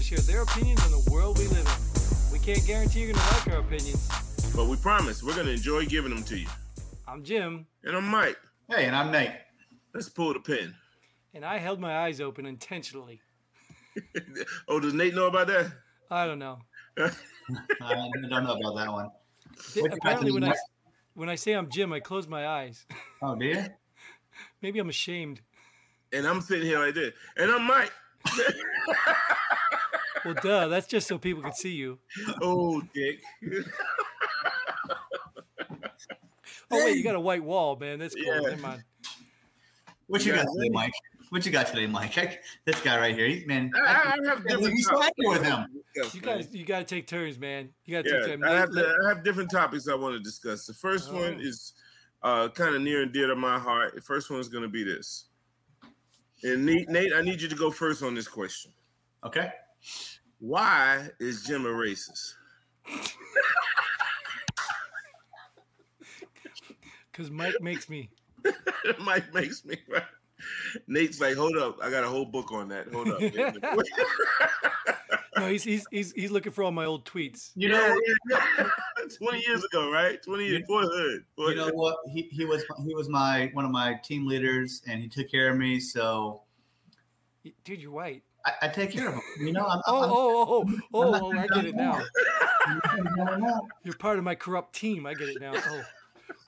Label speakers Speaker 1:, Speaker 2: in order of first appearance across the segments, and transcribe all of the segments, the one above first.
Speaker 1: share their opinions on the world we live in. We can't guarantee you're going to like our opinions.
Speaker 2: But we promise we're going to enjoy giving them to you.
Speaker 1: I'm Jim,
Speaker 2: And I'm Mike.
Speaker 3: Hey, and I'm Nate.
Speaker 2: Let's pull the pin.
Speaker 1: and I held my eyes open intentionally.
Speaker 2: oh, does Nate know about that?
Speaker 1: I don't know.
Speaker 3: I don't know about that one.
Speaker 1: Di-
Speaker 3: What you
Speaker 1: Apparently, when I,
Speaker 3: like?
Speaker 1: when I say I'm Jim, I close my eyes.
Speaker 3: Oh, dear.
Speaker 1: Maybe I'm ashamed.
Speaker 2: And I'm sitting here like this. And I'm Mike.
Speaker 1: Well, duh, that's just so people can see you.
Speaker 2: oh, Dick.
Speaker 1: Oh, wait, you got a white wall, man. That's cool.
Speaker 2: Yeah.
Speaker 1: Never mind.
Speaker 3: What you
Speaker 2: Yeah.
Speaker 3: got today, Mike? What you got today, Mike? I, this guy right here, he, man.
Speaker 2: I,
Speaker 1: Ah.
Speaker 2: I have
Speaker 3: can't believe
Speaker 2: different
Speaker 3: you
Speaker 2: topics.
Speaker 3: sided with him.
Speaker 2: Yes,
Speaker 1: You
Speaker 2: man.
Speaker 1: guys, you got to take turns, man. You got to
Speaker 2: Yeah,
Speaker 1: take turns.
Speaker 2: I have,
Speaker 1: Let- Oh.
Speaker 2: to, I have different topics I want to discuss. The first
Speaker 1: All
Speaker 2: one
Speaker 1: right.
Speaker 2: is uh, kind of near and dear to my heart. The first one is going to be this. And Nate, Nate, I need you to go first on this question.
Speaker 3: Okay.
Speaker 2: Why is Jim a racist?
Speaker 1: Because Mike makes me.
Speaker 2: Mike makes me right. Nate's like, hold up, I got a whole book on that. Hold up. yeah,
Speaker 1: No, he's he's he's, he's looking for all my old tweets.
Speaker 3: You know,
Speaker 2: yeah. twenty years ago, right? Twenty years, boyhood.
Speaker 3: you know what? He, he was he was my one of my team leaders, and he took care of me. So
Speaker 1: Y- Dude, you're white.
Speaker 3: I, I take care of him. You know, I'm,
Speaker 1: Oh, oh, oh, oh, oh, oh, I get it now.
Speaker 3: I'm,
Speaker 1: You're part of my corrupt team. I get it now. Oh.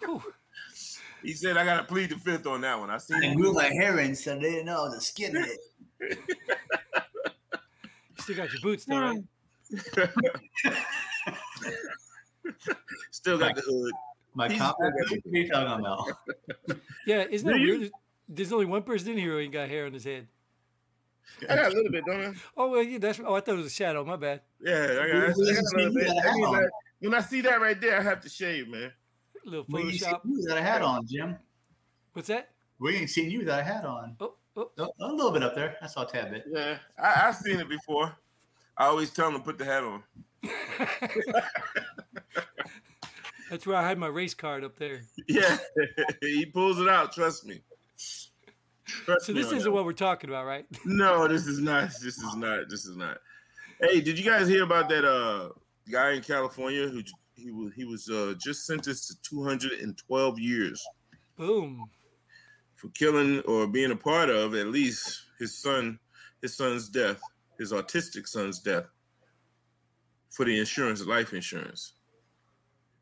Speaker 1: Whew.
Speaker 2: He said I gotta plead the fifth on that one. I seen
Speaker 3: I
Speaker 2: it.
Speaker 3: grew my hair in, so they didn't know the skin it.
Speaker 1: You still got your boots though, right?
Speaker 2: Still got the hood.
Speaker 3: My
Speaker 2: He's-
Speaker 3: confidence. What are you talking about?
Speaker 1: Yeah, isn't
Speaker 2: Do
Speaker 1: that
Speaker 2: you-
Speaker 1: weird? There's- There's only one person in here who ain't got hair on his head.
Speaker 2: I got a little bit, don't I?
Speaker 1: Oh, well, yeah, that's. Oh, I thought it was a shadow. My bad.
Speaker 2: Yeah, I got, I got a
Speaker 3: We- we
Speaker 2: little
Speaker 3: see
Speaker 2: bit.
Speaker 3: that
Speaker 2: That means
Speaker 3: out.
Speaker 2: I- when I see that right there, I have to shave, man.
Speaker 1: little
Speaker 3: We ain't seen
Speaker 1: Photoshop.
Speaker 3: you without a hat on, Jim.
Speaker 1: What's that?
Speaker 3: We ain't seen you without a hat on.
Speaker 1: Oh, oh.
Speaker 3: A, a little bit up there. I saw a tad bit.
Speaker 2: Yeah, I, I've seen it before. I always tell them to put the hat on.
Speaker 1: That's where I hide my race card up there.
Speaker 2: Yeah, he pulls it out. Trust me. Trust
Speaker 1: So
Speaker 2: me
Speaker 1: this
Speaker 2: on
Speaker 1: isn't
Speaker 2: that.
Speaker 1: what we're talking about, right?
Speaker 2: No, this is not. This is not. This is not. Hey, did you guys hear about that uh guy in California who j- he was he was uh, just sentenced to 212 years
Speaker 1: Boom.
Speaker 2: for killing or being a part of at least his son his son's death, his autistic son's death for the insurance life insurance.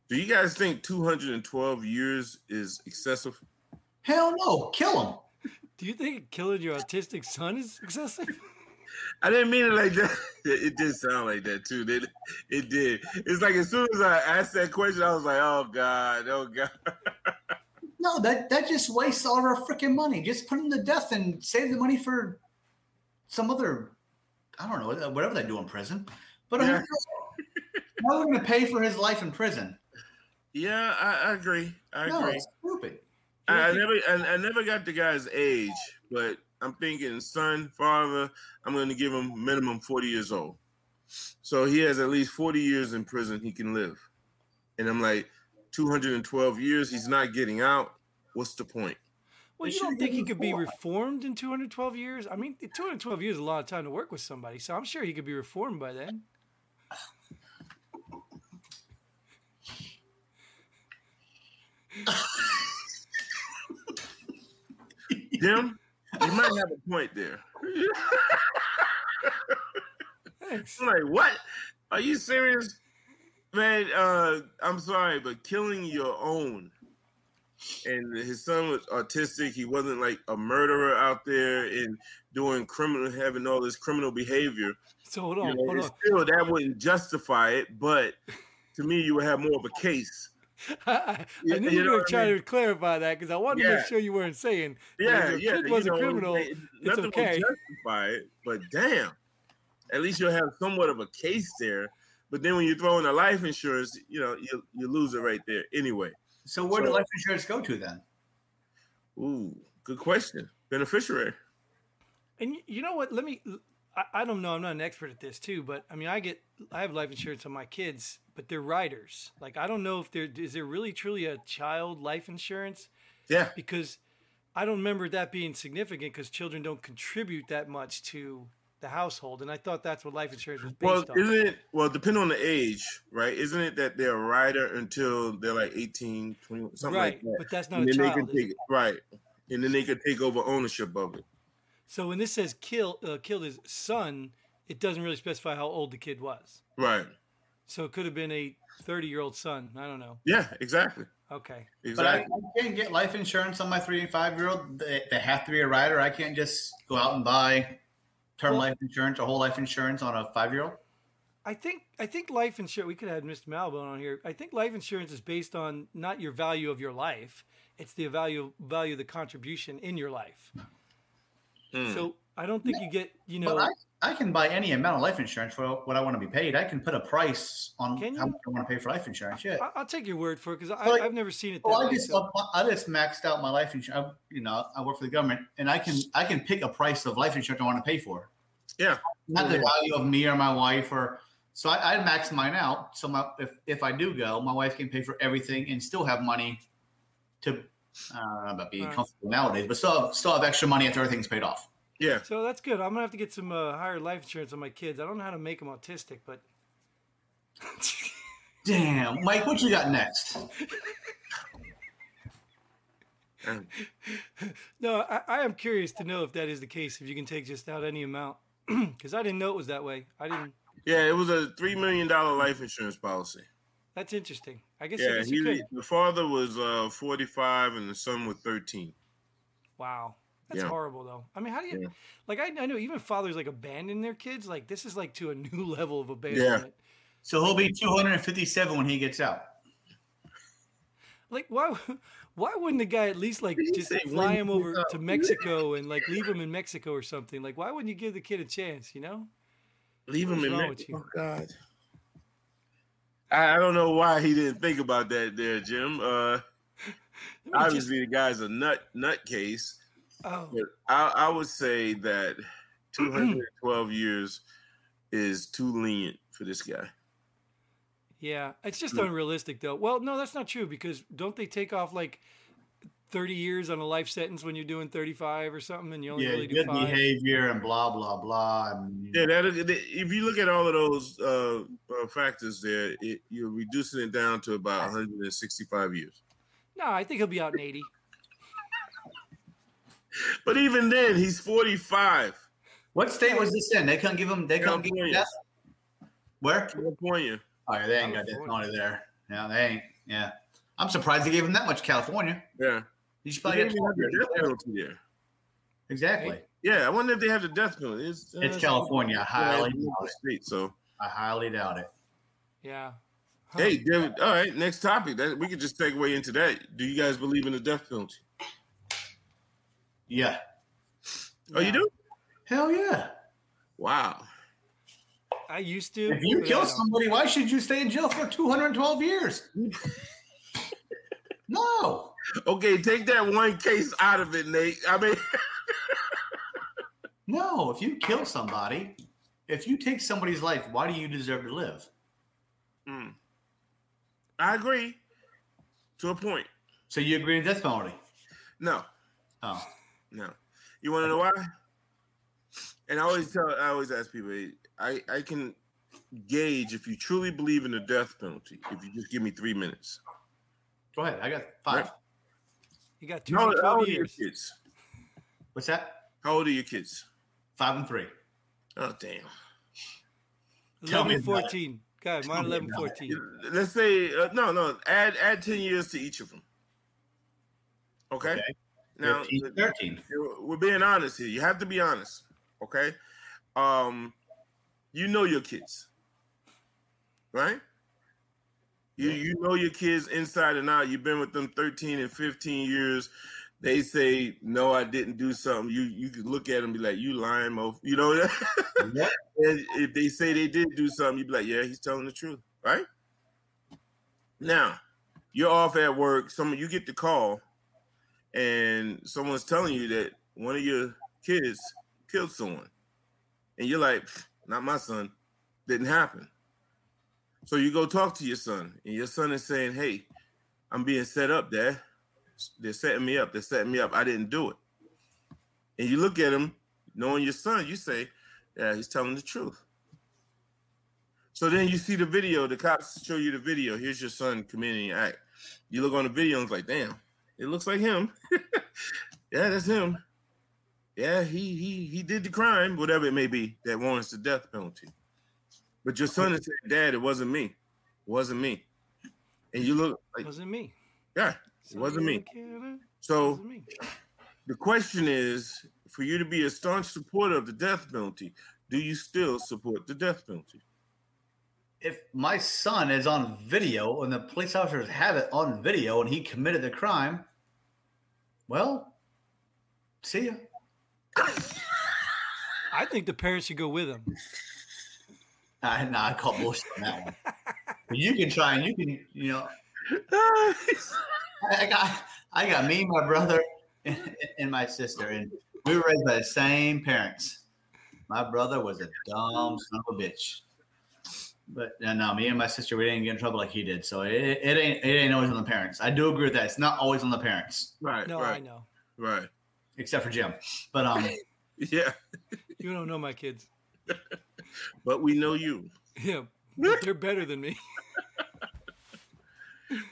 Speaker 2: Do you guys think 212 years is excessive?
Speaker 3: Hell no. Kill him.
Speaker 1: Do you think killing your autistic son is excessive?
Speaker 2: I didn't mean it like that. It it did sound like that too. Did it? It did. It's like as soon as I asked that question, I was like, "Oh God, oh God."
Speaker 3: No, that, that just wastes all of our freaking money. Just put him to death and save the money for some other, I don't know, whatever they do in prison. But
Speaker 2: Yeah.
Speaker 3: why would going to pay for his life in prison?
Speaker 2: Yeah, I, I agree. I
Speaker 3: no,
Speaker 2: agree.
Speaker 3: it's stupid.
Speaker 2: I, I never, I, I never got the guy's age, but I'm thinking son, father. I'm going to give him minimum 40 years old. So he has at least 40 years in prison he can live. And I'm like, 212 years. He's not getting out. What's the point?
Speaker 1: Well, you
Speaker 3: They should've
Speaker 1: don't think he
Speaker 3: given
Speaker 1: could be
Speaker 3: four.
Speaker 1: reformed in 212 years? I mean, 212 years is a lot of time to work with somebody, so I'm sure he could be reformed by then.
Speaker 2: Jim, you might have a point there.
Speaker 1: Thanks.
Speaker 2: I'm like, what? Are you serious? Man, uh, I'm sorry, but killing your own. And his son was autistic. He wasn't like a murderer out there and doing criminal, having all this criminal behavior.
Speaker 1: So hold
Speaker 2: You
Speaker 1: on,
Speaker 2: know,
Speaker 1: hold
Speaker 2: it's
Speaker 1: on.
Speaker 2: Still, that wouldn't justify it. But to me, you would have more of a case.
Speaker 1: I, I-
Speaker 2: You-
Speaker 1: I knew
Speaker 2: you
Speaker 1: you
Speaker 2: know
Speaker 1: were
Speaker 2: what I
Speaker 1: trying to clarify that because I wanted to
Speaker 2: Yeah.
Speaker 1: make sure you weren't saying that
Speaker 2: Yeah,
Speaker 1: if
Speaker 2: yeah.
Speaker 1: your kid
Speaker 2: you
Speaker 1: was a
Speaker 2: know,
Speaker 1: criminal.
Speaker 2: it- nothing would
Speaker 1: okay.
Speaker 2: justify it. But damn, at least you'll have somewhat of a case there. But then when you throw in a life insurance, you know, you you lose it right there anyway.
Speaker 3: So where did
Speaker 2: So-
Speaker 3: life insurance go to then?
Speaker 2: Ooh, good question. Beneficiary.
Speaker 1: And y- you know what? Let me. I, I don't know. I'm not an expert at this too, but I mean, I get. I have life insurance on my kids, but they're riders. Like I don't know if there is there really truly a child life insurance
Speaker 2: Yeah.
Speaker 1: because I don't remember that being significant because children don't contribute that much to the household, and I thought that's what life insurance was
Speaker 2: Well,
Speaker 1: based on.
Speaker 2: isn't it? Well, depending on the age, right? Isn't it that they're a rider until they're like 18, 21, something
Speaker 1: right,
Speaker 2: like that?
Speaker 1: but that's not
Speaker 2: And
Speaker 1: a
Speaker 2: then they
Speaker 1: child.
Speaker 2: can
Speaker 1: is it?
Speaker 2: take right, and then they can take over ownership of it.
Speaker 1: So when this says kill uh, killed his son, it doesn't really specify how old the kid was.
Speaker 2: Right.
Speaker 1: So it could have been a 30 year old son. I don't know.
Speaker 2: Yeah. Exactly.
Speaker 1: Okay.
Speaker 3: But I,
Speaker 2: Exactly.
Speaker 3: I can't get life insurance on my three and five year old. They, they have to be a rider. I can't just go out and buy term
Speaker 1: Well-
Speaker 3: life insurance or whole life insurance on a five year old.
Speaker 1: I think I think life insurance. We could have had Mr. Malbone on here. I think life insurance is based on not your value of your life; it's the value value of the contribution in your life.
Speaker 2: Mm.
Speaker 1: So I don't think you get you know.
Speaker 3: Hmm. But I, I can buy any amount of life insurance for what I want to be paid. I can put a price on
Speaker 1: Can
Speaker 3: how
Speaker 1: you?
Speaker 3: much I want to pay for life insurance. Yeah.
Speaker 1: I, I'll take your word for it because
Speaker 3: Well,
Speaker 1: I've never seen it. That
Speaker 3: Well, oh, I
Speaker 1: way,
Speaker 3: just
Speaker 1: so-
Speaker 3: I just maxed out my life insurance. You know, I work for the government, and I can I can pick a price of life insurance I want to pay for.
Speaker 2: Yeah.
Speaker 3: not the value of me or my wife or. So I, I max mine out. So my, if if I do go, my wife can pay for everything and still have money to. I don't know about being
Speaker 1: Right.
Speaker 3: comfortable nowadays, but still have, still have extra money after everything's paid off.
Speaker 2: yeah.
Speaker 1: so that's good. I'm gonna have to get some uh, higher life insurance on my kids. I don't know how to make them autistic, but
Speaker 3: Damn, Mike, what you got next?
Speaker 1: no, I, I am curious to know if that is the case. If you can take just out any amount, because I didn't know it was that way. I didn't.
Speaker 2: Yeah. It was a three million dollar life insurance policy.
Speaker 1: That's interesting. I guess. I
Speaker 2: Yeah.
Speaker 1: guess you
Speaker 2: He,
Speaker 1: could.
Speaker 2: the father was uh, forty five, and the son was thirteen.
Speaker 1: Wow. That's
Speaker 2: Yeah.
Speaker 1: horrible though. I mean, how do you
Speaker 2: Yeah.
Speaker 1: like I, I know even fathers like abandon their kids. Like this is like to a new level of abandonment.
Speaker 3: So he'll be 257 when he gets out.
Speaker 1: Like why why wouldn't the guy at least like
Speaker 2: Did he
Speaker 1: just
Speaker 2: say
Speaker 1: fly
Speaker 2: when
Speaker 1: him
Speaker 2: he
Speaker 1: over
Speaker 2: was
Speaker 1: to
Speaker 2: out?
Speaker 1: Mexico and like leave him in Mexico or something? Like why wouldn't you give the kid a chance, you know?
Speaker 2: Leave
Speaker 1: What's
Speaker 2: him in
Speaker 1: wrong
Speaker 2: there.
Speaker 1: with you?
Speaker 2: Oh God. I, I don't know why he didn't think about that there, Jim. Uh,
Speaker 1: I mean, just-
Speaker 2: obviously the guy's a nut nutcase.
Speaker 1: oh,
Speaker 2: But I, I would say that 212 years is too lenient for this guy.
Speaker 1: yeah. It's just
Speaker 2: Mm.
Speaker 1: unrealistic though. Well, no, that's not true because don't they take off like 30 years on a life sentence when you're doing 35 or something and you only
Speaker 3: Yeah,
Speaker 1: really do
Speaker 3: good
Speaker 1: 5?
Speaker 3: behavior and blah blah blah.
Speaker 1: Mm.
Speaker 3: And,
Speaker 2: Yeah, that is- if you look at all of those uh, uh, factors there, it, you're reducing it down to about 165 years.
Speaker 1: No, I think he'll be out in 80.
Speaker 2: But even then, he's 45.
Speaker 3: What state was this in? They couldn't give him. They couldn't give
Speaker 2: California.
Speaker 3: him death. Where?
Speaker 2: California.
Speaker 3: Oh, yeah, they ain't got death penalty there. No, they ain't. Yeah, I'm surprised they gave him that much. California.
Speaker 2: Yeah.
Speaker 3: You
Speaker 2: They
Speaker 3: should probably
Speaker 2: don't
Speaker 3: get
Speaker 2: even have the death
Speaker 3: 200.
Speaker 2: penalty there.
Speaker 3: exactly.
Speaker 2: Yeah, I wonder if they have the death penalty. It's, uh,
Speaker 3: It's California. I highly
Speaker 2: Yeah,
Speaker 3: doubt it.
Speaker 2: state, so
Speaker 3: I highly doubt it.
Speaker 1: Yeah. Huh.
Speaker 2: hey, David. All right, next topic. That we could just segue into that. Do you guys believe in the death penalty?
Speaker 3: Yeah.
Speaker 2: Oh, you
Speaker 1: Yeah.
Speaker 2: do?
Speaker 3: Hell yeah.
Speaker 2: Wow.
Speaker 1: I used to.
Speaker 3: If you
Speaker 1: but uh, I
Speaker 3: kill
Speaker 1: don't.
Speaker 3: somebody, why should you stay in jail for 212 years? no.
Speaker 2: Okay, take that one case out of it, Nate. I mean,
Speaker 3: No, if you kill somebody, if you take somebody's life, why do you deserve to live?
Speaker 2: Mm. I agree to a point.
Speaker 3: So you agree with death penalty?
Speaker 2: No,
Speaker 3: Oh,
Speaker 2: no. You want to know why? And I always tell, I always ask people, hey, I, I can gauge if you truly believe in the death penalty if you just give me three minutes.
Speaker 3: go ahead. I got five.
Speaker 2: Right.
Speaker 1: You got
Speaker 2: No, how
Speaker 1: 212
Speaker 2: old are your
Speaker 1: years.
Speaker 2: kids?
Speaker 3: What's that?
Speaker 2: How old are your kids?
Speaker 3: Five and three.
Speaker 2: Oh, damn.
Speaker 3: Tell me
Speaker 1: 11,
Speaker 3: about it.
Speaker 1: 14. God,
Speaker 3: Tell
Speaker 1: mine
Speaker 3: me
Speaker 1: 11,
Speaker 3: about
Speaker 1: 14.
Speaker 2: Let's say uh, no, no. Add add ten years to each of them. Okay.
Speaker 3: Okay.
Speaker 2: Now
Speaker 3: 15, 13.
Speaker 2: We're- we're being honest here. You have to be honest, okay? Um, you know your kids, right? You you know your kids inside and out. You've been with them 13 and 15 years. They say no, I didn't do something. You you could look at them and be like, you lying, mo. You know.
Speaker 3: Yep.
Speaker 2: and if they say they did do something, you'd be like, yeah, he's telling the truth, right? Now, you're off at work. Some you get the call, and someone's telling you that one of your kids killed someone, and you're like, "Pfft, not my son. Didn't happen. So you go talk to your son, and your son is saying, hey, I'm being set up, Dad. They're setting me up. They're setting me up. I didn't do it. And you look at him, knowing your son, you say, Yeah, he's telling the truth. So then you see the video. The cops show you the video. Here's your son committing an act. You look on the video and it's like, damn, it looks like him. yeah, that's him. Yeah, he he he did the crime, whatever it may be, that warrants the death penalty. But your son is saying, Dad, it wasn't me. It wasn't me. And you look like,
Speaker 1: wasn't me.
Speaker 2: yeah, it wasn't me. So
Speaker 1: Wasn't me.
Speaker 2: the question is for you to be a staunch supporter of the death penalty, do you still support the death penalty?
Speaker 3: If my son is on video and the police officers have it on video and he committed the crime, well, see ya.
Speaker 1: I think the parents should go with him.
Speaker 3: I, nah, I call bullshit on that one. But you can try and you can, you know, I got I got me, my brother, and, and my sister, and we were raised by the same parents. My brother was a dumb son of a bitch, but uh, no, me and my sister we didn't get in trouble like he did. So it, it ain't it ain't always on the parents. I do agree with that. It's not always on the parents,
Speaker 2: right,
Speaker 1: No, I
Speaker 2: right,
Speaker 1: know.
Speaker 2: right.
Speaker 3: except for Jim. But um,
Speaker 2: Yeah,
Speaker 1: You don't know my kids.
Speaker 2: but we know you.
Speaker 1: Yeah, but they're better than me.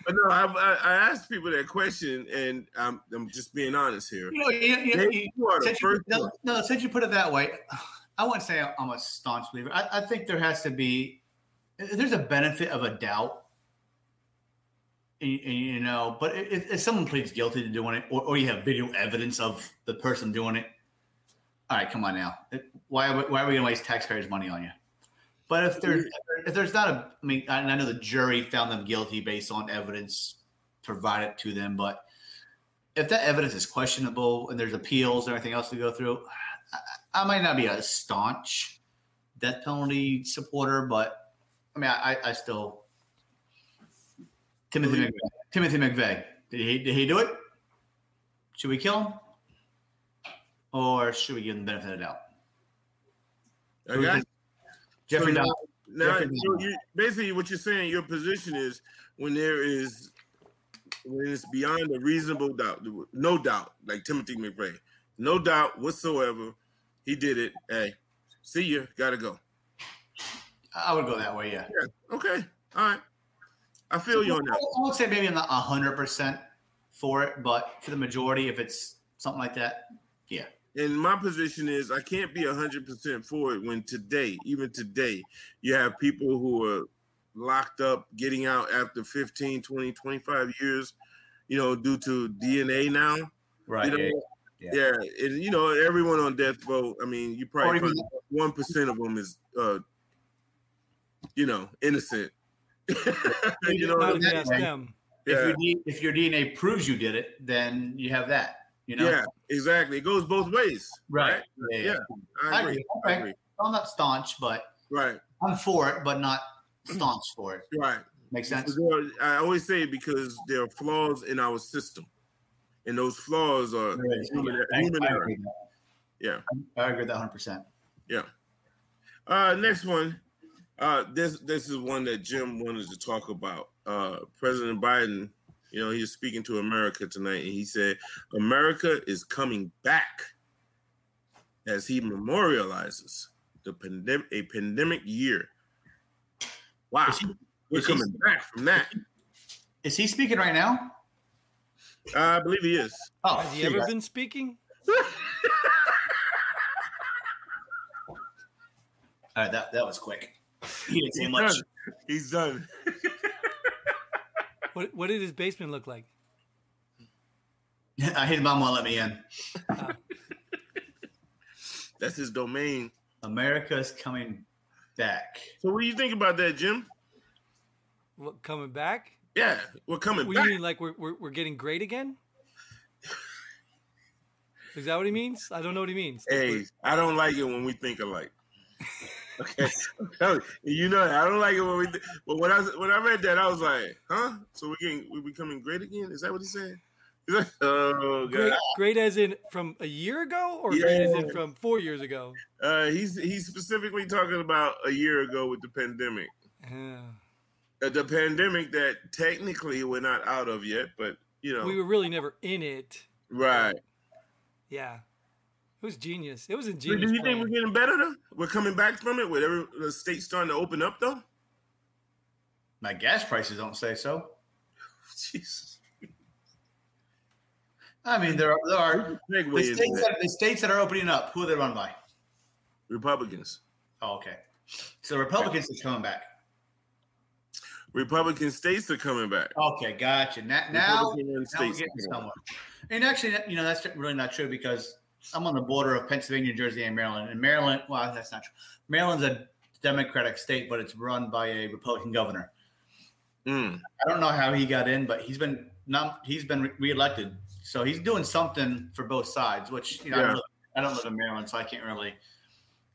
Speaker 2: But no, I, I, I asked people that question, and I'm, I'm just being honest here.
Speaker 3: you know, you, you,
Speaker 2: They-
Speaker 3: you,
Speaker 2: you are the
Speaker 3: since you-
Speaker 2: first
Speaker 3: no,
Speaker 2: one.
Speaker 3: no, since you put it that way, I wouldn't say I'm a staunch believer. I, I think there has to be, there's a benefit of a doubt, you, you know. But if, if someone pleads guilty to doing it, or, or you have video evidence of the person doing it, all right, come on now. It- Why are we, why are we going to waste taxpayers' money on you? But if there's if there's not a, I mean, I, and I know the jury found them guilty based on evidence provided to them, but if that evidence is questionable and there's appeals and everything else to go through, I, I might not be a staunch death penalty supporter, but I mean, I, I, I still Timothy McVeigh. Timothy McVeigh. Did he did he do it? Should we kill him, or should we give him the benefit of the doubt?
Speaker 2: I got
Speaker 3: Jeffrey
Speaker 2: So
Speaker 3: Dahmer.
Speaker 2: Now,
Speaker 3: Jeffrey
Speaker 2: you,
Speaker 3: Dahmer.
Speaker 2: you, basically, what you're saying, your position is when there is, when it's beyond a reasonable doubt, no doubt, like Timothy McVeigh, no doubt whatsoever, he did it. Hey, see you, gotta go.
Speaker 3: I would go that way. Yeah.
Speaker 2: Okay, all right. I feel you on
Speaker 3: I
Speaker 2: that.
Speaker 3: I would say maybe I'm not hundred percent for it, but for the majority, if it's something like that,
Speaker 2: And my position is I can't be 100% for it when today, even today, you have people who are locked up, getting out after 15, 20, 25 years, you know, due to DNA now.
Speaker 3: right?
Speaker 2: you know,
Speaker 3: yeah,
Speaker 2: yeah. and you know everyone on death row. I mean, you
Speaker 3: or
Speaker 2: probably
Speaker 3: even
Speaker 2: one percent of them is, uh, you know, innocent. you know,
Speaker 1: Not if you
Speaker 2: what I mean?
Speaker 1: ask
Speaker 3: Right.
Speaker 1: them.
Speaker 2: yeah,
Speaker 3: if, your, D- if your DNA proves you did it, then you have that. You know,
Speaker 2: yeah, exactly. It goes both ways.
Speaker 3: right? Yeah, yeah.
Speaker 2: Yeah. I agree. I
Speaker 3: Okay.
Speaker 2: agree.
Speaker 3: I'm not staunch, but
Speaker 2: Right,
Speaker 3: I'm for it, but not staunch for it.
Speaker 2: right.
Speaker 3: Makes sense.
Speaker 2: Because I always say because there are flaws in our system, and those flaws are human,
Speaker 3: I, I
Speaker 2: human error.
Speaker 3: agree with that.
Speaker 2: Yeah.
Speaker 3: I agree with that 100. percent
Speaker 2: Uh, next one. Uh, this this is one that Jim wanted to talk about. Uh, President Biden, you know, he was speaking to America tonight, and he said, "America is coming back," as he memorializes the pandemic, a pandemic year. Wow,
Speaker 3: Is he-
Speaker 2: we're
Speaker 3: is he-
Speaker 2: coming back from that.
Speaker 3: Is he speaking right now?
Speaker 2: Uh, I believe he is.
Speaker 3: Oh,
Speaker 1: Has he ever been speaking?
Speaker 3: all right. That that was quick. He didn't say
Speaker 2: He's
Speaker 3: much.
Speaker 2: done. He's done.
Speaker 1: What What did his basement look like?
Speaker 3: I his mom won't let me in.
Speaker 2: That's his domain.
Speaker 3: America's coming back.
Speaker 2: So, what do you think about that, Jim?
Speaker 1: What coming back?
Speaker 2: Yeah, we're coming
Speaker 1: What do
Speaker 2: back.
Speaker 1: you mean like we're, we're we're getting great again? Is that what he means? I don't know what he means.
Speaker 2: Hey, I don't like it when we think alike. Okay, you know that. I don't like it when we. Th- but when I when I read that, I was like, "Huh? So we're getting we're becoming great again? Is that what he's saying?" He's like, "Oh
Speaker 1: Great,
Speaker 2: god."
Speaker 1: great as in from a year ago, or great as in
Speaker 2: Yeah.
Speaker 1: from four years ago?
Speaker 2: Uh, he's he's specifically talking about a year ago with the pandemic,
Speaker 1: Yeah.
Speaker 2: uh, the pandemic that technically we're not out of yet, but you know,
Speaker 1: We were really never in it.
Speaker 2: right?
Speaker 1: Yeah. It was genius. It was a
Speaker 2: Do
Speaker 1: genius.
Speaker 2: you think
Speaker 1: plan.
Speaker 2: we're getting better though? We're coming back from it. With every the state starting to open up though.
Speaker 3: My gas prices don't say so.
Speaker 2: Jesus.
Speaker 3: I mean, there are, there are the,
Speaker 2: Segue into
Speaker 3: states
Speaker 2: that.
Speaker 3: that, the states that are opening up. Who are they run by?
Speaker 2: Republicans.
Speaker 3: Oh, okay. So Republicans is coming back.
Speaker 2: Republican states are coming back.
Speaker 3: Okay, gotcha. Na- Now, now,
Speaker 2: Republican
Speaker 3: we're
Speaker 2: states
Speaker 3: getting
Speaker 2: are coming
Speaker 3: somewhere. And actually, that- you know, that's really not true because I'm on the border of Pennsylvania, Jersey, and Maryland. And Maryland, well, that's not true. Maryland's a Democratic state, but it's run by a Republican governor.
Speaker 2: back. Mm.
Speaker 3: I don't know how he got in, but he's been not, he's been re- reelected, so he's doing something for both sides. Which you know, I,
Speaker 2: Yeah.
Speaker 3: don't live, I don't live in Maryland, so I can't really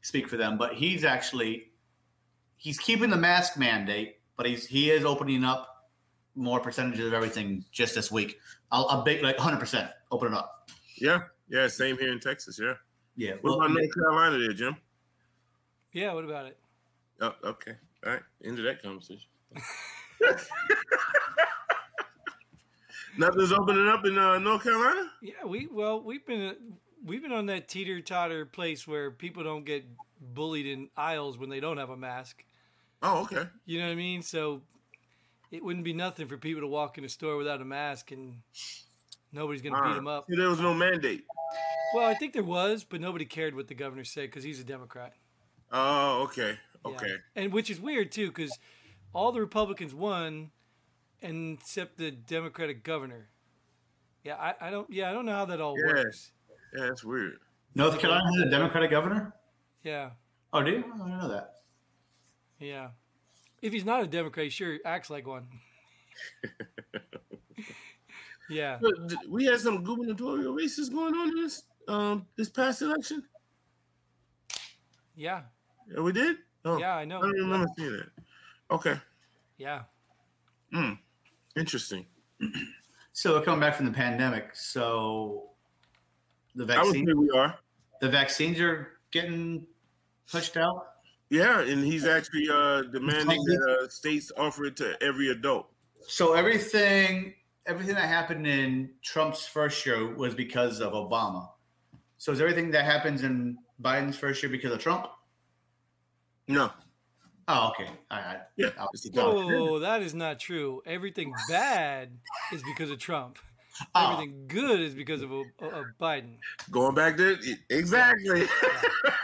Speaker 3: speak for them. But he's actually he's keeping the mask mandate, but he's he is opening up more percentages of everything just this week. I'll, I'll bake like 100 percent open it up.
Speaker 2: Yeah, same here in Texas. Yeah.
Speaker 3: Yeah,
Speaker 2: What
Speaker 3: well,
Speaker 2: about North Carolina there, Jim?
Speaker 1: Yeah, what about it?
Speaker 2: Oh, okay. All right. End of that conversation. Nothing's opening up in uh, North Carolina.
Speaker 1: Yeah, we well we've been uh, we've been on that teeter totter place where people don't get bullied in aisles when they don't have a mask.
Speaker 2: Oh, okay.
Speaker 1: You know what I mean? So it wouldn't be nothing for people to walk in a store without a mask and nobody's gonna beat 'em beat
Speaker 2: Alright.
Speaker 1: them up.
Speaker 2: See, there was no mandate.
Speaker 1: Well, I think there was, but nobody cared what the governor said because he's a Democrat.
Speaker 2: Oh, okay.
Speaker 1: Yeah.
Speaker 2: Okay.
Speaker 1: And which is weird too, because all the Republicans won, and except the Democratic governor. Yeah, I, I don't. Yeah, I don't know how that all
Speaker 2: Yeah.
Speaker 1: works.
Speaker 2: Yeah, that's weird.
Speaker 3: North Carolina has a Democratic governor.
Speaker 1: Yeah,
Speaker 3: Oh, do you? I didn't know that.
Speaker 1: yeah. If he's not a Democrat, he sure acts like one. yeah.
Speaker 2: But d- we had some gubernatorial races going on in this um this past election.
Speaker 1: Yeah.
Speaker 2: Yeah, we did. Oh,
Speaker 1: Yeah. I
Speaker 2: I
Speaker 1: know.
Speaker 2: don't remember seeing that. Okay,
Speaker 1: Yeah.
Speaker 2: interesting.
Speaker 3: So we're coming back from the pandemic. So the
Speaker 2: I would
Speaker 3: vaccine,
Speaker 2: say we are.
Speaker 3: the vaccines are getting pushed out.
Speaker 2: Yeah, and he's actually uh, demanding
Speaker 3: Something.
Speaker 2: that uh, states offer it to every adult.
Speaker 3: So everything, everything that happened in Trump's first year was because of Obama. So is everything that happens in Biden's first year because of Trump?
Speaker 2: No,
Speaker 3: Oh, okay. All right.
Speaker 2: Yeah.
Speaker 3: I'll-
Speaker 2: It's
Speaker 3: I'll-
Speaker 2: Trump.
Speaker 1: Whoa, Oh, that is not true. Everything bad is because of Trump.
Speaker 3: oh,
Speaker 1: Everything good is because of, O- of Biden.
Speaker 2: going back to exactly.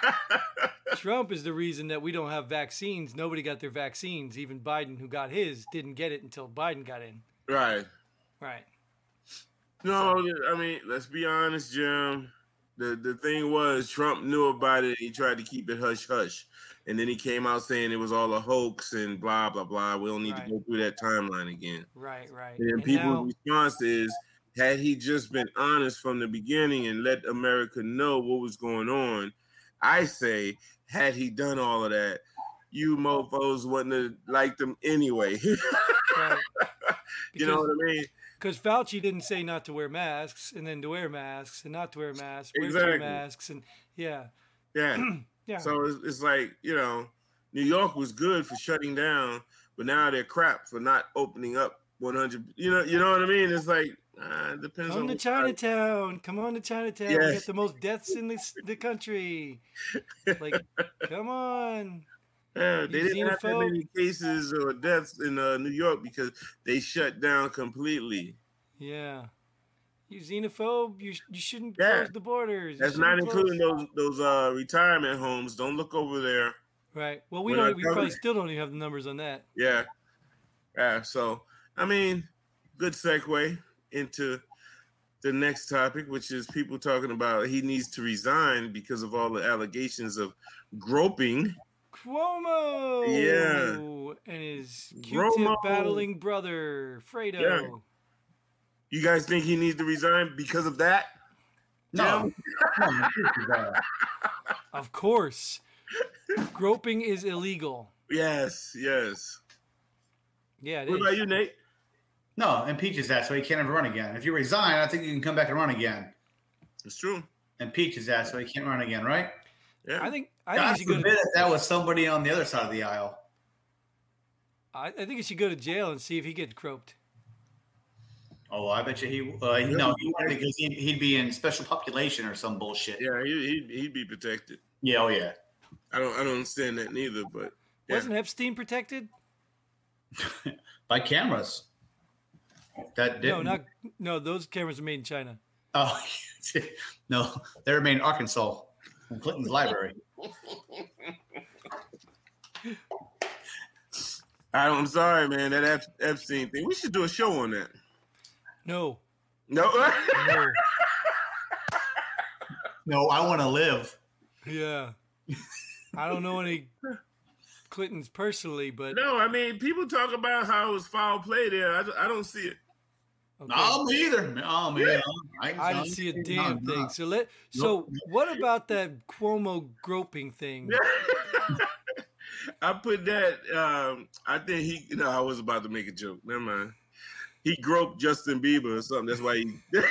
Speaker 1: Trump is the reason that we don't have vaccines. Nobody got their vaccines. Even Biden, who got his, didn't get it until Biden got in.
Speaker 2: right.
Speaker 1: Right.
Speaker 2: No, I mean, let's be honest, Jim. The the thing was, Trump knew about it. He tried to keep it hush hush, and then he came out saying it was all a hoax and blah blah blah. We don't need
Speaker 1: Right.
Speaker 2: to go through that timeline again.
Speaker 1: Right. Right.
Speaker 2: And then
Speaker 1: And
Speaker 2: people's response is, had he just been honest from the beginning and let America know what was going on, I say, had he done all of that, you mofos wouldn't have liked him anyway.
Speaker 1: now, right.
Speaker 2: you know
Speaker 1: Because
Speaker 2: what I mean?
Speaker 1: because Fauci didn't say not to wear masks, and then to wear masks, and not to wear masks, wear
Speaker 2: Exactly.
Speaker 1: two masks, and yeah,
Speaker 2: Yeah.
Speaker 1: yeah,
Speaker 2: So it's, it's like, you know, New York was good for shutting down, but now they're crap for not opening up 100. You know, you know what I mean? It's like, uh, it depends
Speaker 1: come
Speaker 2: on
Speaker 1: to
Speaker 2: what side-
Speaker 1: Chinatown, come on to Chinatown. We
Speaker 2: Yes.
Speaker 1: got the most deaths in this the country. Like, come on.
Speaker 2: Yeah, they
Speaker 1: You
Speaker 2: didn't have that
Speaker 1: xenophobe?
Speaker 2: many cases or deaths in uh, New York because they shut down completely.
Speaker 1: Yeah. You xenophobe. You, sh- you shouldn't
Speaker 2: Yeah.
Speaker 1: close the borders. You
Speaker 2: That's not
Speaker 1: shouldn't close-
Speaker 2: including those those uh, retirement homes. Don't look over there.
Speaker 1: Right. Well, we
Speaker 2: We're
Speaker 1: don't.
Speaker 2: not
Speaker 1: We probably
Speaker 2: covered.
Speaker 1: still don't even have the numbers on that.
Speaker 2: Yeah, yeah. So I mean, good segue into the next topic, which is people talking about he needs to resign because of all the allegations of groping.
Speaker 1: Cuomo.
Speaker 2: Yeah.
Speaker 1: And his Q-tip
Speaker 2: Romo.
Speaker 1: battling brother Fredo.
Speaker 2: Yeah. You guys think he needs to resign because of that?
Speaker 3: no. No, this is, uh,
Speaker 1: Of course. Groping is illegal.
Speaker 2: Yes, yes.
Speaker 1: Yeah. It
Speaker 2: What
Speaker 1: is.
Speaker 2: about you, Nate?
Speaker 3: no, impeach his ass so he can't ever run again. If you resign, I think you can come back and run again.
Speaker 2: It's true.
Speaker 3: Impeach his ass so he can't run again, right?
Speaker 2: Yeah.
Speaker 1: I think. I
Speaker 3: God
Speaker 1: think, he should go
Speaker 3: forbid
Speaker 1: to,
Speaker 3: if that was somebody on the other side of the aisle.
Speaker 1: I, I think he should go to jail and see if he gets groped.
Speaker 3: Oh, I bet you he. Uh, he- no, he would because he'd, he'd be in special population or some bullshit.
Speaker 2: Yeah, he, he he'd be protected.
Speaker 3: Yeah, oh yeah.
Speaker 2: I don't I don't understand that neither, but Yeah.
Speaker 1: Wasn't Epstein protected?
Speaker 3: By cameras. That
Speaker 1: No,
Speaker 3: didn't.
Speaker 1: not no. Those cameras are made in China.
Speaker 3: Oh, no, they remain in Arkansas, in Clinton's library.
Speaker 2: I, I'm sorry, man. That Ep- Epstein thing. We should do a show on that.
Speaker 1: No,
Speaker 2: No,
Speaker 1: no.
Speaker 3: No, I want to live.
Speaker 1: Yeah. I don't know any Clintons personally, but
Speaker 2: no. I mean, people talk about how it was foul play there. I, I don't see it.
Speaker 1: okay.
Speaker 3: No, me either. No, man.
Speaker 1: I didn't see a damn
Speaker 3: no,
Speaker 1: thing.
Speaker 3: no.
Speaker 1: So let so
Speaker 3: Nope.
Speaker 1: what about that Cuomo groping thing?
Speaker 2: I put that. Um, I think he. No, I was about to make a joke. Never mind. He groped Justin Bieber or something. That's why he.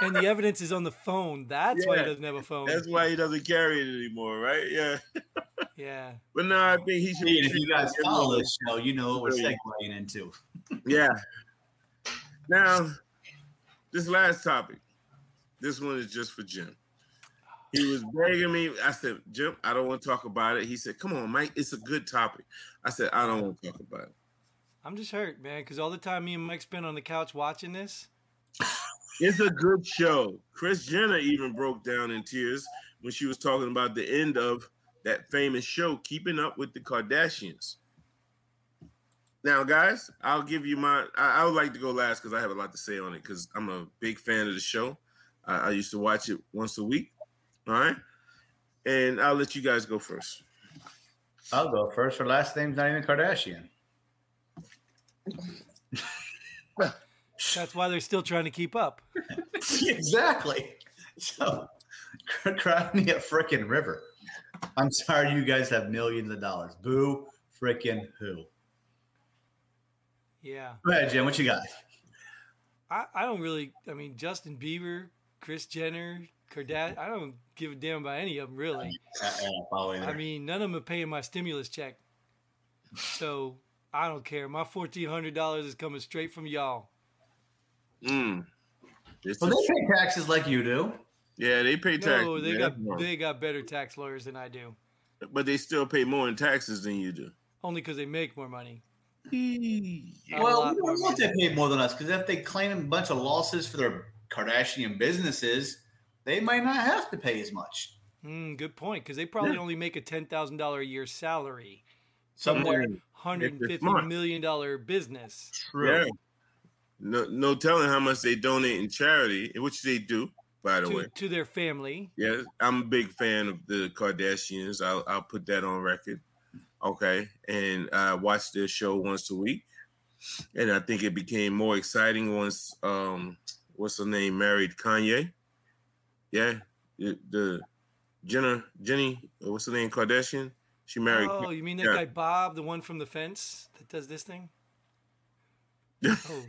Speaker 1: And the evidence is on the phone. That's why he
Speaker 2: Yeah.
Speaker 1: doesn't have a phone.
Speaker 2: that's why he doesn't carry it anymore, right? Yeah.
Speaker 1: Yeah.
Speaker 2: But no, I think he should.
Speaker 3: Hey,
Speaker 2: be
Speaker 3: and if you
Speaker 2: treated
Speaker 3: guys
Speaker 2: like everyone
Speaker 3: follow this show, you know what we're
Speaker 2: Yeah.
Speaker 3: segueing into.
Speaker 2: Yeah. Now, this last topic. This one is just for Jim. He was begging me. I said, Jim, I don't want to talk about it. He said, Come on, Mike, it's a good topic. I said, I don't want to talk about it.
Speaker 1: I'm just hurt, man, because all the time me and Mike spent on the couch watching this.
Speaker 2: It's a good show. Chris Jenner even broke down in tears when she was talking about the end of that famous show, Keeping Up with the Kardashians. Now, guys, I'll give you my. I, I would like to go last because I have a lot to say on it because I'm a big fan of the show. I, I used to watch it once a week. All right. And I'll let you guys go first.
Speaker 3: I'll go first. Her last name's not even Kardashian.
Speaker 1: That's why they're still trying to keep up.
Speaker 3: exactly. So, cry me a freaking river. I'm sorry, you guys have millions of dollars. Boo, freaking who?
Speaker 1: Yeah.
Speaker 3: Go ahead, Jim. What you got?
Speaker 1: I, I don't really I mean Justin Bieber, Chris Jenner, Kardashian I don't give a damn about any of them really.
Speaker 3: Uh, uh, follow either.
Speaker 1: I mean, none of them are paying my stimulus check. So I don't care. My fourteen hundred dollars is coming straight from y'all.
Speaker 2: Mm. It's
Speaker 3: Well,
Speaker 2: a-
Speaker 3: they pay taxes like you do.
Speaker 2: yeah, they pay taxes.
Speaker 1: No, they
Speaker 2: yeah,
Speaker 1: got
Speaker 2: that's wrong.
Speaker 1: they got better tax lawyers than I do.
Speaker 2: but they still pay more in taxes than you do.
Speaker 1: Only because they make more money.
Speaker 2: Yeah.
Speaker 1: A
Speaker 3: Well,
Speaker 1: lot
Speaker 3: we
Speaker 1: more
Speaker 3: don't want
Speaker 1: money.
Speaker 3: they pay more than us because if they claim a bunch of losses for their Kardashian businesses, they might not have to pay as much.
Speaker 1: Mm, good point. Because they probably only make a ten thousand dollar a year salary from
Speaker 3: Some
Speaker 1: their
Speaker 2: Mm.
Speaker 1: hundred and fifty
Speaker 2: smart.
Speaker 1: million dollar business.
Speaker 3: true.
Speaker 2: Yeah. No, no telling how much they donate in charity, which they do, by the way.
Speaker 1: To, to their family.
Speaker 2: Yeah, I'm a big fan of the Kardashians. I'll, I'll put that on record. Okay, and I watch their show once a week, and I think it became more exciting once um, what's her name married Kanye. Yeah, the, the Jenna Jenny, what's her name Kardashian? She married.
Speaker 1: Oh, you mean that
Speaker 2: yeah.
Speaker 1: guy Bob, the one from the fence that does this thing? oh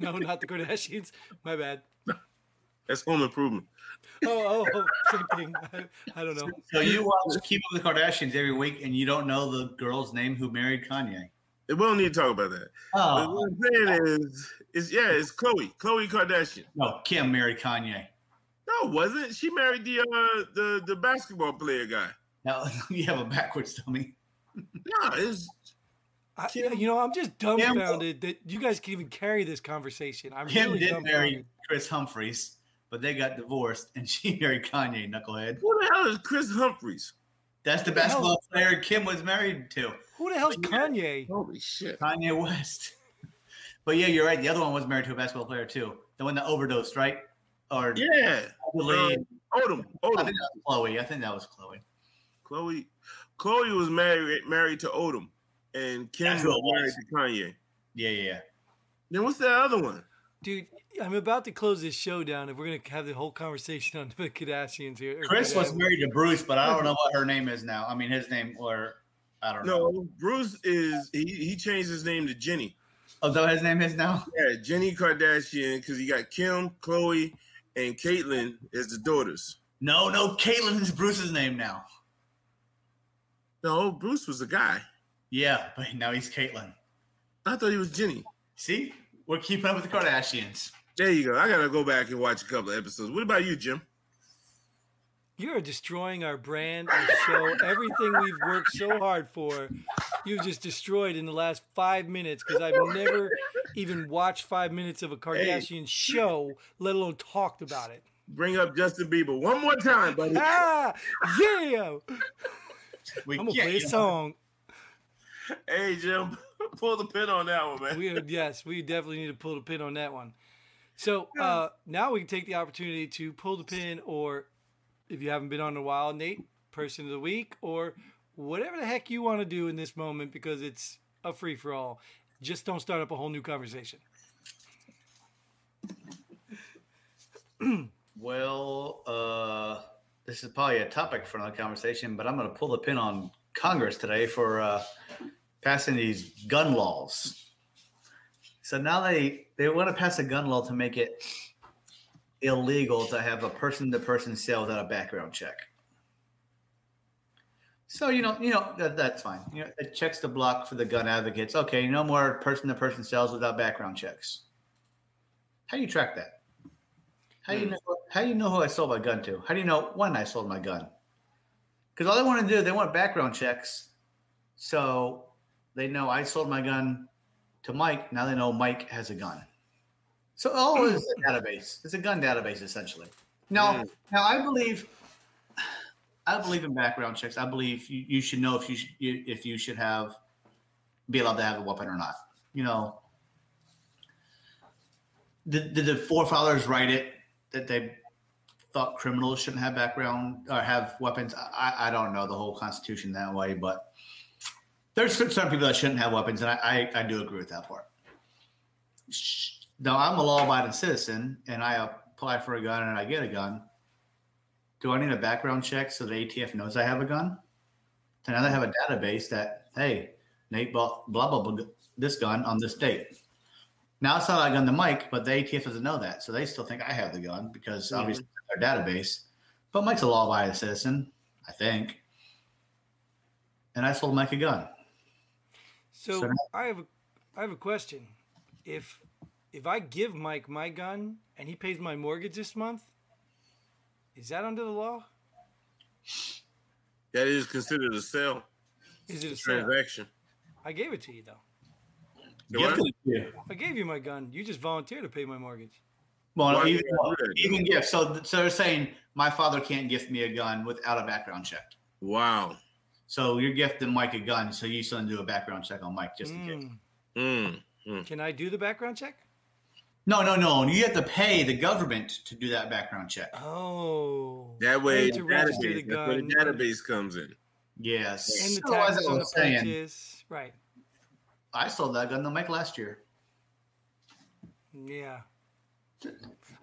Speaker 1: no, not the Kardashians. My bad.
Speaker 2: That's Home Improvement.
Speaker 1: Oh, oh, oh same thing. I, I don't know.
Speaker 3: So you watch Keep Up with the Kardashians every week, and you don't know the girl's name who married Kanye.
Speaker 2: We don't need to talk about that. But
Speaker 3: Oh
Speaker 2: what I'm saying is, is yeah, it's Chloe, Chloe Kardashian.
Speaker 3: no, Kim married Kanye.
Speaker 2: No, it wasn't she married the uh, the the basketball player guy?
Speaker 3: Now you have a backwards dummy.
Speaker 2: No, it's
Speaker 1: I,
Speaker 2: Kim-
Speaker 1: you know, I'm just
Speaker 3: Kim-
Speaker 1: dumbfounded that you guys can even carry this conversation. I'm
Speaker 3: Kim
Speaker 1: really
Speaker 3: did marry
Speaker 1: dumbfounded.
Speaker 3: Chris Humphries, but they got divorced, and she married Kanye. Knucklehead.
Speaker 2: who the hell is Chris Humphries?
Speaker 3: That's the
Speaker 1: Who the hell-
Speaker 3: basketball player Kim was married to.
Speaker 1: Who the hell's Kanye?
Speaker 2: Holy shit!
Speaker 3: Kanye West. But yeah, you're right. The other one was married to a basketball player too. The one that overdosed, right? Or
Speaker 2: Yeah,
Speaker 3: Chloe.
Speaker 2: Odom,
Speaker 3: I
Speaker 2: Odom,
Speaker 3: think
Speaker 1: Oh.
Speaker 3: that was Chloe. I think that was Chloe.
Speaker 2: Chloe, Chloe was married married to Odom, and Kim
Speaker 3: That's who it
Speaker 2: was married to Kanye.
Speaker 3: Yeah, yeah, yeah.
Speaker 2: Then what's the other one?
Speaker 1: Dude, I'm about to close this show down if we're going to have the whole conversation on the Kardashians here. or
Speaker 3: Chris was
Speaker 1: Kardashian.
Speaker 3: married to Bruce, but I don't know what her name is now. I mean, his name or I don't know.
Speaker 2: No, Bruce is he he changed his name to Jenny.
Speaker 3: Oh, is that what his name is now?
Speaker 2: Yeah, Jenny Kardashian, because he got Kim, Chloe, and Caitlyn as the daughters.
Speaker 3: No, no. Caitlin is Bruce's name now.
Speaker 2: No, Bruce was a guy.
Speaker 3: Yeah, but now he's Caitlin.
Speaker 2: I thought he was Jenny.
Speaker 3: See, We're keeping up with the Kardashians.
Speaker 2: There you go. I gotta go back and watch a couple of episodes. What about you, Jim?
Speaker 1: You are destroying our brand, our show, everything we've worked so hard for. You've just destroyed in the last five minutes because I've never even watched five minutes of a Kardashian show, let alone talked about it.
Speaker 2: Bring up Justin Bieber one more time, buddy.
Speaker 1: Ah, yeah!
Speaker 3: We
Speaker 1: I'm gonna
Speaker 3: get
Speaker 1: play a
Speaker 3: you.
Speaker 1: song.
Speaker 2: Hey, Jim, pull the pin on that one, man.
Speaker 1: We are, yes, we definitely need to pull the pin on that one. So uh, now we can take the opportunity to pull the pin, or if you haven't been on in a while, Nate, person of the week, or whatever the heck you want to do in this moment because it's a free for all. Just don't start up a whole new conversation.
Speaker 3: Well, uh, this is probably a topic for another conversation, but I'm going to pull the pin on Congress today for uh, passing these gun laws. So now they they want to pass a gun law to make it illegal to have a person to person sale without a background check. So you know, you know that, that's fine. You know, it checks the block for the gun advocates. Okay, no more person to person sales without background checks. How do you track that? How do you know? How do you know who I sold my gun to? How do you know when I sold my gun? Because all they want to do, they want background checks, so they know I sold my gun to Mike. Now they know Mike has a gun. So oh, it's a database. It's a gun database essentially. Now, now I believe, I believe in background checks. I believe you, you should know if you, should, you if you should have be allowed to have a weapon or not. You know, did, did the forefathers write it that they thought criminals shouldn't have background or have weapons? I, I- I don't know the whole Constitution that way, but there's some some people that shouldn't have weapons, and I, I, I do agree with that part. Sh- Now, I'm a law abiding citizen and I apply for a gun and I get a gun. Do I need a background check so the ATF knows I have a gun? So now they have a database that, hey, Nate bought blah, blah, blah, this gun on this date. Now it's not like on the mic, but the ATF doesn't know that, so they still think I have the gun because obviously it's in their database. But Mike's a law-abiding citizen, I think, and I sold Mike a gun.
Speaker 1: So
Speaker 3: So-
Speaker 1: I have a, I have a question. If if I give Mike my gun and he pays my mortgage this month, is that under the law?
Speaker 2: That is considered a sale
Speaker 1: Is it a sale?
Speaker 2: transaction.
Speaker 1: I gave it to you though.
Speaker 2: The what?
Speaker 1: I gave you my gun. You just volunteered to pay my mortgage.
Speaker 3: Well,
Speaker 2: Why
Speaker 3: even,
Speaker 2: would I do that?
Speaker 3: even gift. So, so they're saying my father can't gift me a gun without a background check.
Speaker 2: Wow.
Speaker 3: So you're gifting Mike a gun, so you still do a background check on Mike just in case.
Speaker 1: Mm.
Speaker 2: Mm.
Speaker 1: Can I do the background check?
Speaker 3: No, no, no. You have to pay the government to do that background check.
Speaker 1: Oh,
Speaker 2: That way,
Speaker 1: And
Speaker 2: the
Speaker 1: to register the
Speaker 2: database, that's where the
Speaker 1: gun.
Speaker 2: database comes in.
Speaker 3: Yes.
Speaker 1: and the
Speaker 3: So as I
Speaker 1: taxes on the
Speaker 3: was saying,
Speaker 1: purchase, right?
Speaker 3: I sold that gun to Mike last year.
Speaker 1: Yeah,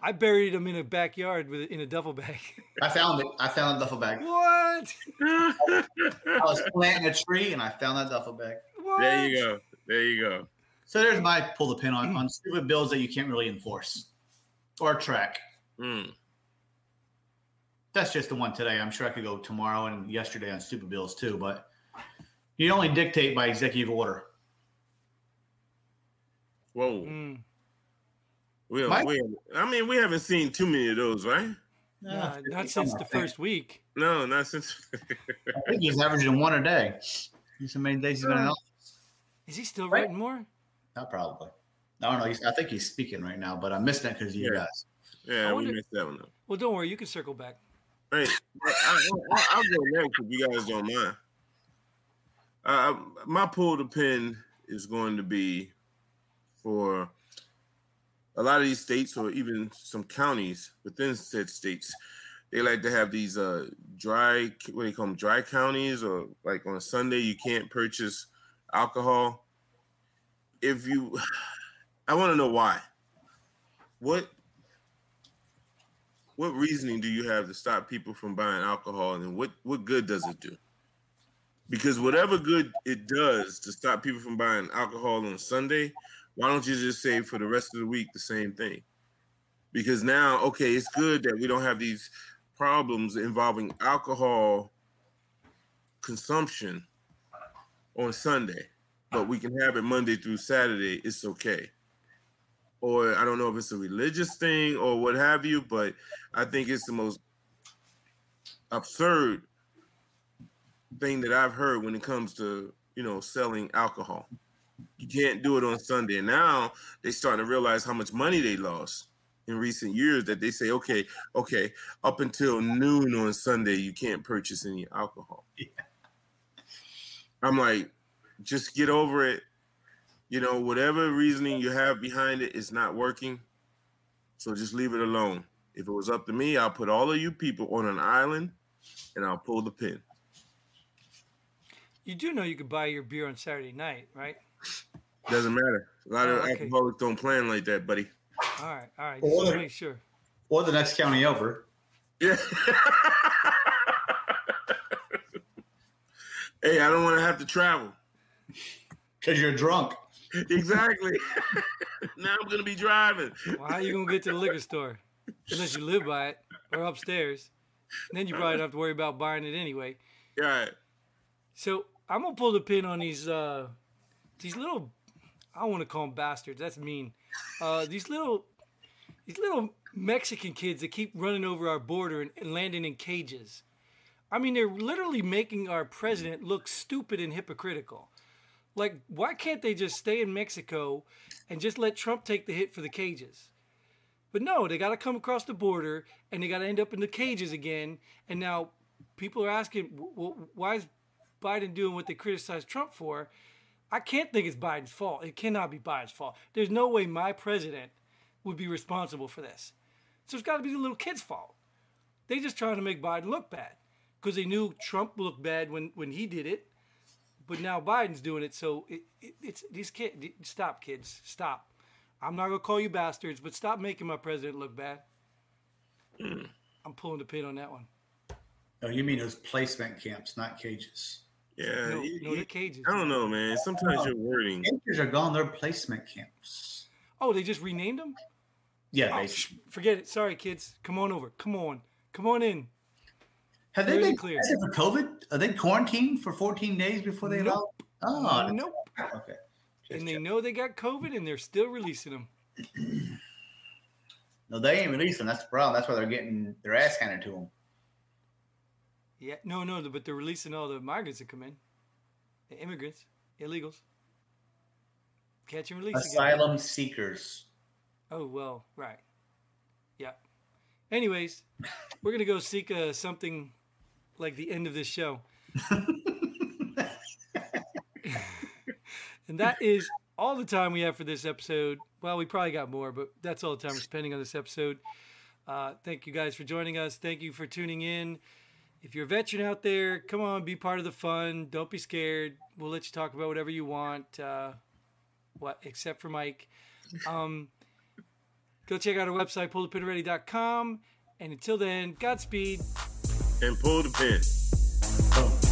Speaker 1: I buried him in a backyard with in a duffel bag.
Speaker 3: I found it. I found that duffel bag.
Speaker 1: what?
Speaker 3: I was planting a tree and I found that duffel bag.
Speaker 1: What?
Speaker 2: There you go. There you go.
Speaker 3: So there's my pull the pin
Speaker 1: Hmm.
Speaker 3: on on stupid bills that you can't really enforce or track.
Speaker 2: Mm.
Speaker 3: That's just the one today. I'm sure I could go tomorrow and yesterday on stupid bills too, but you only dictate by executive order.
Speaker 2: Whoa.
Speaker 1: Mm.
Speaker 2: We, have-
Speaker 3: Mike?
Speaker 2: we, have- I mean, we haven't seen too many of those, right?
Speaker 1: Nah, not since the first week.
Speaker 2: No, not since.
Speaker 3: I think he's averaging one a day. He's how many days he's been in office.
Speaker 1: Is he still
Speaker 3: Right.
Speaker 1: writing more?
Speaker 3: Not probably. I don't know. He's, I think he's speaking right now, but I missed that because you
Speaker 2: Yeah.
Speaker 3: guys.
Speaker 2: yeah,
Speaker 1: wonder-
Speaker 2: we missed that one. Up.
Speaker 1: Well, don't worry, you can circle back.
Speaker 2: Hey, I, I, I, I'll go next if you guys don't mind. Uh, my pull to pin is going to be for a lot of these states, or even some counties within said states. They like to have these uh, dry, what do you call them, dry counties, or like on Sunday you can't purchase alcohol. If you, I want to know why. What what reasoning do you have to stop people from buying alcohol and what what good does it do because whatever good it does to stop people from buying alcohol on sunday why don't you just say for the rest of the week the same thing because now okay it's good that we don't have these problems involving alcohol consumption on sunday but we can have it monday through saturday it's okay or I don't know if it's a religious thing or what have you, but I think it's the most absurd thing that I've heard when it comes to you know selling alcohol. You can't do it on Sunday. Now they starting to realize how much money they lost in recent years that they say, okay, okay, up until noon on Sunday, you can't purchase any alcohol. Yeah. I'm like, just get over it. You know, whatever reasoning you have behind it, it's not working. So just leave it alone. If it was up to me, I'll put all of you people on an island and I'll pull the pin.
Speaker 1: You do know you could buy your beer on Saturday night, right?
Speaker 2: Doesn't matter. A lot oh, of okay. alcoholics don't plan like that, buddy.
Speaker 1: All right, all right. Just or, make sure.
Speaker 3: Or the next county over.
Speaker 2: Yeah. hey, I don't want to have to travel.
Speaker 3: Because you're drunk.
Speaker 2: Exactly. now I'm gonna be driving.
Speaker 1: Well, how you gonna get to the liquor store? Unless you live by it or upstairs. And then you probably don't have to worry about buying it anyway.
Speaker 2: All right.
Speaker 1: So I'm gonna pull the pin on these uh these little I don't want to call them bastards. That's mean. Uh, these little these little Mexican kids that keep running over our border and, and, landing in cages. I mean, they're literally making our president look stupid and hypocritical. Like, why can't they just stay in Mexico and just let Trump take the hit for the cages? But no, they got to come across the border and they got to end up in the cages again. And now people are asking, well, why is Biden doing what they criticized Trump for? I can't think it's Biden's fault. It cannot be Biden's fault. There's no way my president would be responsible for this. So it's got to be the little kid's fault. They just trying to make Biden look bad because they knew Trump looked bad when, when he did it, but now Biden's doing it. So it, it, it's these kids. Stop, kids. Stop. I'm not gonna call you bastards, but stop making my president look bad. Mm. I'm pulling the pin on that one.
Speaker 3: No, Oh, you mean those placement camps, not cages.
Speaker 2: Yeah, no, you, no, cages. I don't know, man. Sometimes oh, your wording.
Speaker 3: Cages are gone. They're placement camps.
Speaker 1: Oh, they just renamed them.
Speaker 3: Yeah,
Speaker 1: oh,
Speaker 3: they...
Speaker 1: sh- forget it. Sorry, kids. Come on over. Come on. Come on in.
Speaker 3: Have They're they been clear for COVID? Are they quarantined for 14 days before they nope.
Speaker 1: allow? Oh, nope. Okay. Just and they know they got COVID, and they're still releasing them.
Speaker 3: no, they ain't releasing. That's the problem. That's why they're getting their ass handed to them.
Speaker 1: Yeah, no, no, but they're releasing all the migrants that come in, the immigrants, illegals. Catch and release.
Speaker 3: Asylum again. seekers.
Speaker 1: Oh well, right. Yeah. Anyways, we're gonna go seek uh, something like the end of this show, and that is all the time we have for this episode. Well, we probably got more, but that's all the time we're spending on this episode. Uh, thank you guys for joining us. Thank you for tuning in if you're a veteran out there, come on, be part of the fun. Don't be scared. We'll let you talk about whatever you want. Uh, what except for Mike. Um, go check out our website, pullthepinready.com. And until then, Godspeed.
Speaker 2: And pull the pin. Oh.